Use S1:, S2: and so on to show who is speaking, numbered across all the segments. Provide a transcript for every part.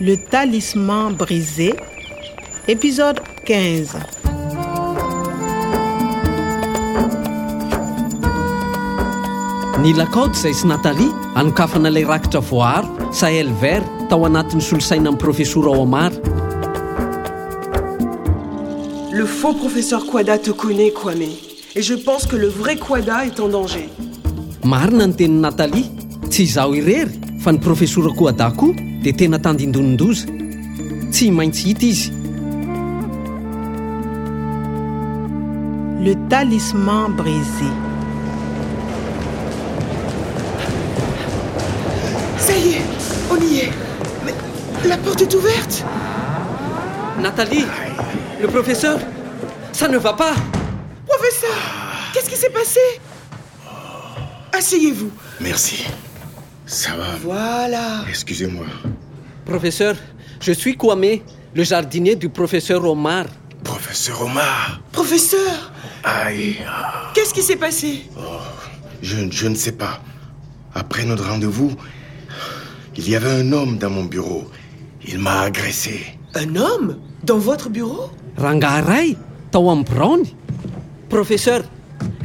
S1: Le talisman brisé, épisode 15.
S2: ny lakaody izay sy natalia anokafana ilay rakitra voaro sahel vert tao anatin'ny solosaina amin'ny profesora ao amara
S3: Le faux professeur Quada te connaît, Kwame. Et je pense que le vrai Quada est en danger.
S2: marina ny tenin'ny natalia tsy izaho irery fa ny profesora koada koa dia tena tandindonondoza tsy maintsy hita izy
S1: Le talisman brisé.
S3: Ça y est, on y est. Mais la porte est ouverte
S2: natalie le professeur ça ne va pas
S3: Professeur Qu'est-ce qui s'est passé Asseyez-vous.
S4: Merci. Ça va.
S3: Voilà.
S4: Excusez-moi.
S2: professeur je suis koame le jardinier du professeur omar
S4: Professeur Omar.
S3: Professeur,
S4: Aïe.
S3: qu'est-ce qui s'est passé
S4: Je, je ne sais pas. Après notre rendez-vous, il y avait un homme dans mon bureau. Il m'a agressé.
S3: Un homme Dans votre bureau
S2: rangahy iray tao amin'ny braony professeur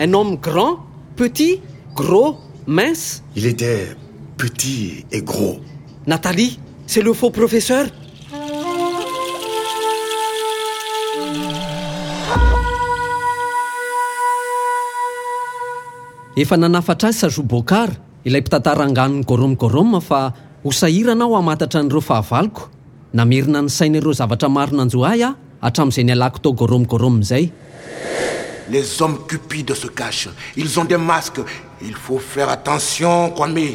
S2: un homme grand petit gros mince
S4: Il était petit et gros.
S2: Nathalie, c'est le faux professeur efa nanafatra azy sazobokara ilay mpitantara anganon'ny goromgoroma fa hosahirana aho hamatatra an'ireo fahavaliko namerina ny sain'ireo zavatra maro nanjoahy aho hatramin'izay nialako tao goromgoroma izay
S5: Les hommes cupides se cachent. Ils ont des masques. Il faut faire attention, Kwame.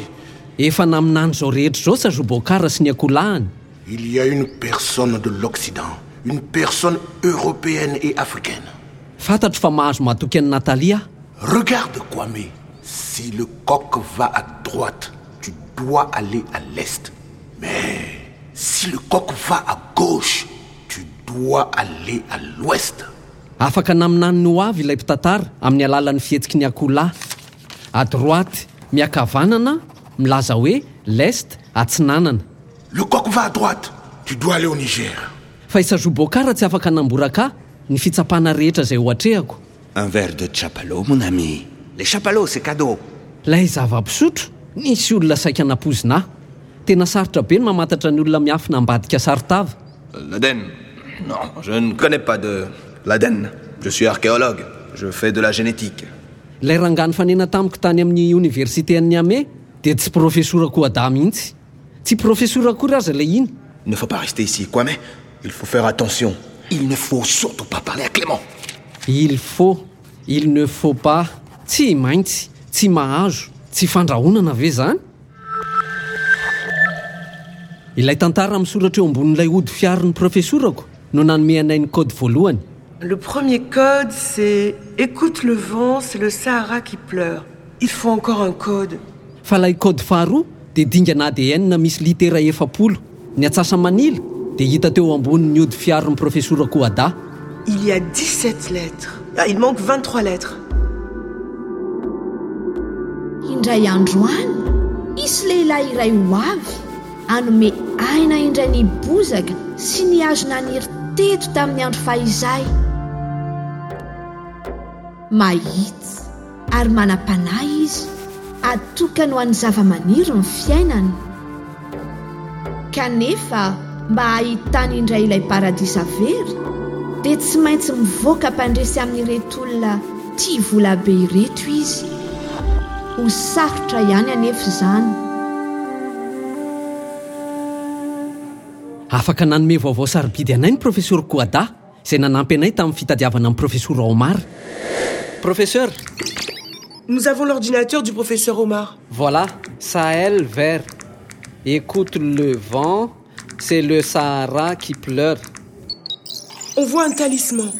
S2: efa naminany izao rehetra izao sazobokara sy ny akolahany
S5: Il y a une personne de l'Occident, une personne européenne et africaine.
S2: fantatro fa mahazo matoky an'i Nathalie aho
S5: Regarde, Kwame. Si le coq va à droite, tu dois aller à l'est. Mais si le coq va à gauche, tu dois aller à l'ouest.
S2: afaka naminany no avy ilay mpitantara amin'ny alalan'ny fihetsiky ny akoholahy à droite miakavanana milaza hoe lest atsinanana
S5: Le coq va à droite, tu dois aller au Niger.
S2: fa isazobokara tsy afaka namboraka ny fitsapana rehetra izay ho atrehako
S6: Un verre de chapalot, mon ami. Les chapalots, c'est cadeau.
S2: lay zava-pisotro nisy olona saika napozina ahy tena sarotra be ny mamantatra ny olona miafina ambadika sarotava
S7: L'Aden Non, je ne connais pas de l'Aden. Je suis archéologue. Je fais de la génétique.
S2: ilay rangany fanena tamiko tany amin'ny oniversiten'ny ame dia tsy profesora koada mihitsy tsy profesora akory aza ilay iny
S7: Il ne faut pas rester ici, quoi, mais il faut faire attention.
S5: Il ne faut surtout pas parler à Clément.
S2: il faut il ne faut pas tsy maintsy tsy mahazo tsy fandrahonana ve zany ilay tantara misoratra eo ambonin'ilay ody fiarin'ny profesorako no nanome anay ny kody voalohany
S8: Le premier code, c'est Écoute le vent, c'est le Sahara qui pleure.
S3: Il faut encore un code.
S2: fa ilay kody faharoa dia dingana adn misy litera efapolo ny atsasa manila dia hita teo ambonin'ny ody fiarin'ny profesorako ada
S3: Il y a 17 lettres. Ah, il manque 23 lettres.
S9: indray andro any isy lehilahy iray ho avy anome aina indray ny bozaka sy ny hazo naniry teto tamin'ny andro fahizay mahitsy ary manam-panahy izy atokany ho an'ny zava-maniry ny fiainany kanefa mba hahitany indray ilay paradisa very dia tsy maintsy mivoaka mpandresy amin'ireto olona tia volabe ireto izy ho sarotra ihany anefa izany
S2: afaka nanome vaovao sarobidy anay ny profesora koada izay nanampy anay tamin'ny fitadiavana amin'ny profesora omara professeur
S3: Nous avons l'ordinateur du professeur Omar.
S2: Voilà, Sahel vert. Écoute le vent, c'est le Sahara qui pleure.
S3: On voit un talisman.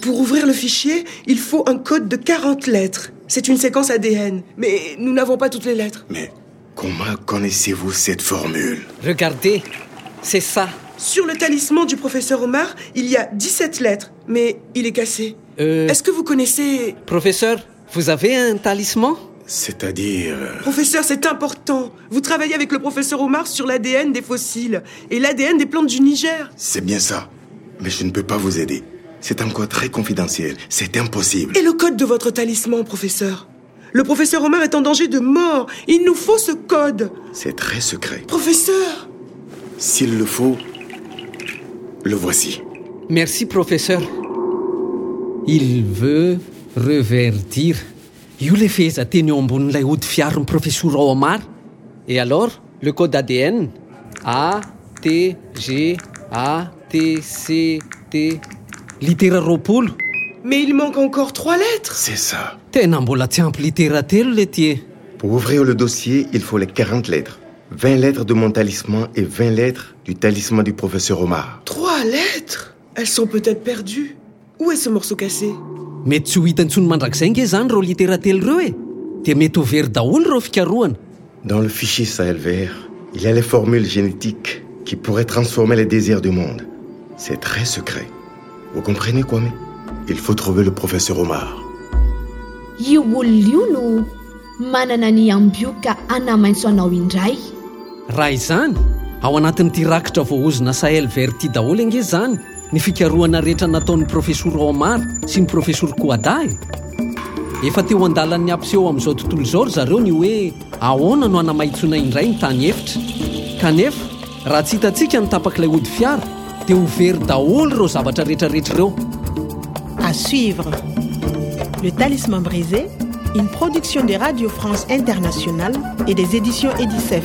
S3: Pour ouvrir le fichier, il faut un code de 40 lettres. C'est une séquence ADN, mais nous n'avons pas toutes les lettres.
S4: Mais comment connaissez-vous cette formule
S2: Regardez, c'est ça.
S3: Sur le talisman du professeur Omar, il y a 17 lettres, mais il est cassé.
S2: Euh.
S3: Est-ce que vous connaissez...
S2: Professeur, vous avez un talisman
S4: C'est-à-dire... euh,
S3: Professeur, c'est important. Vous travaillez avec le professeur Omar sur l'ADN des fossiles et l'ADN des plantes du Niger.
S4: C'est bien ça. Mais je ne peux pas vous aider. C'est encore très confidentiel. C'est impossible.
S3: Et le code de votre talisman, professeur Le professeur Omar est en danger de mort. Il nous faut ce code.
S4: C'est très secret.
S3: Professeur
S4: S'il le faut, le voici.
S2: Merci, professeur. Il veut reverdir. Io le feza teny eo ambonin'ilay ody fiaron'ny professeur Omar. Et alors, le code ADN A, T, G, A, T, C, T. Litera roapolo.
S3: Mais il manque encore trois lettres.
S4: C'est ça.
S2: Tena mbola tsy ampy litera telo le ty e.
S4: Pour ouvrir le dossier, il faut les 40 lettres. 20 lettres de mon talisman et 20 lettres du talisman du professeur Omar.
S3: Trois lettres Elles sont peut-être perdues. Où est ce morceau cassé
S2: Mety tsy ho hita intsony mandrakizay nge zany reo litera telo ireo e. Dia mety ho very daholo reo fikaroana.
S4: Dans le fichier Sahel vert, il y a les formules génétiques qui pourraient transformer les désirs du monde. C'est très secret. Vous comprenez, Kwame Il faut trouver le professeur Omar.
S9: io olona io no manana ny ambioka anamaintso anao indray
S2: raha izany ao anatin'ity rakitra voahozona sahel vert ity daholo ange zany ny fikaroana rehetra nataon'ny profesora omar sy ny profesora koada e efa teo an-dalan'ny ampiseho amin'izao tontolo izao ry zareo ny hoe ahoana no anamaitsoina indray ny tany efitra kanefa raha tsy hitantsika ny tapak'ilay ody fiara dia ho very daholo ireo zavatra rehetrarehetra ireo
S1: À suivre. Le talisman brisé, une production de Radio France Internationale et des éditions Edicef.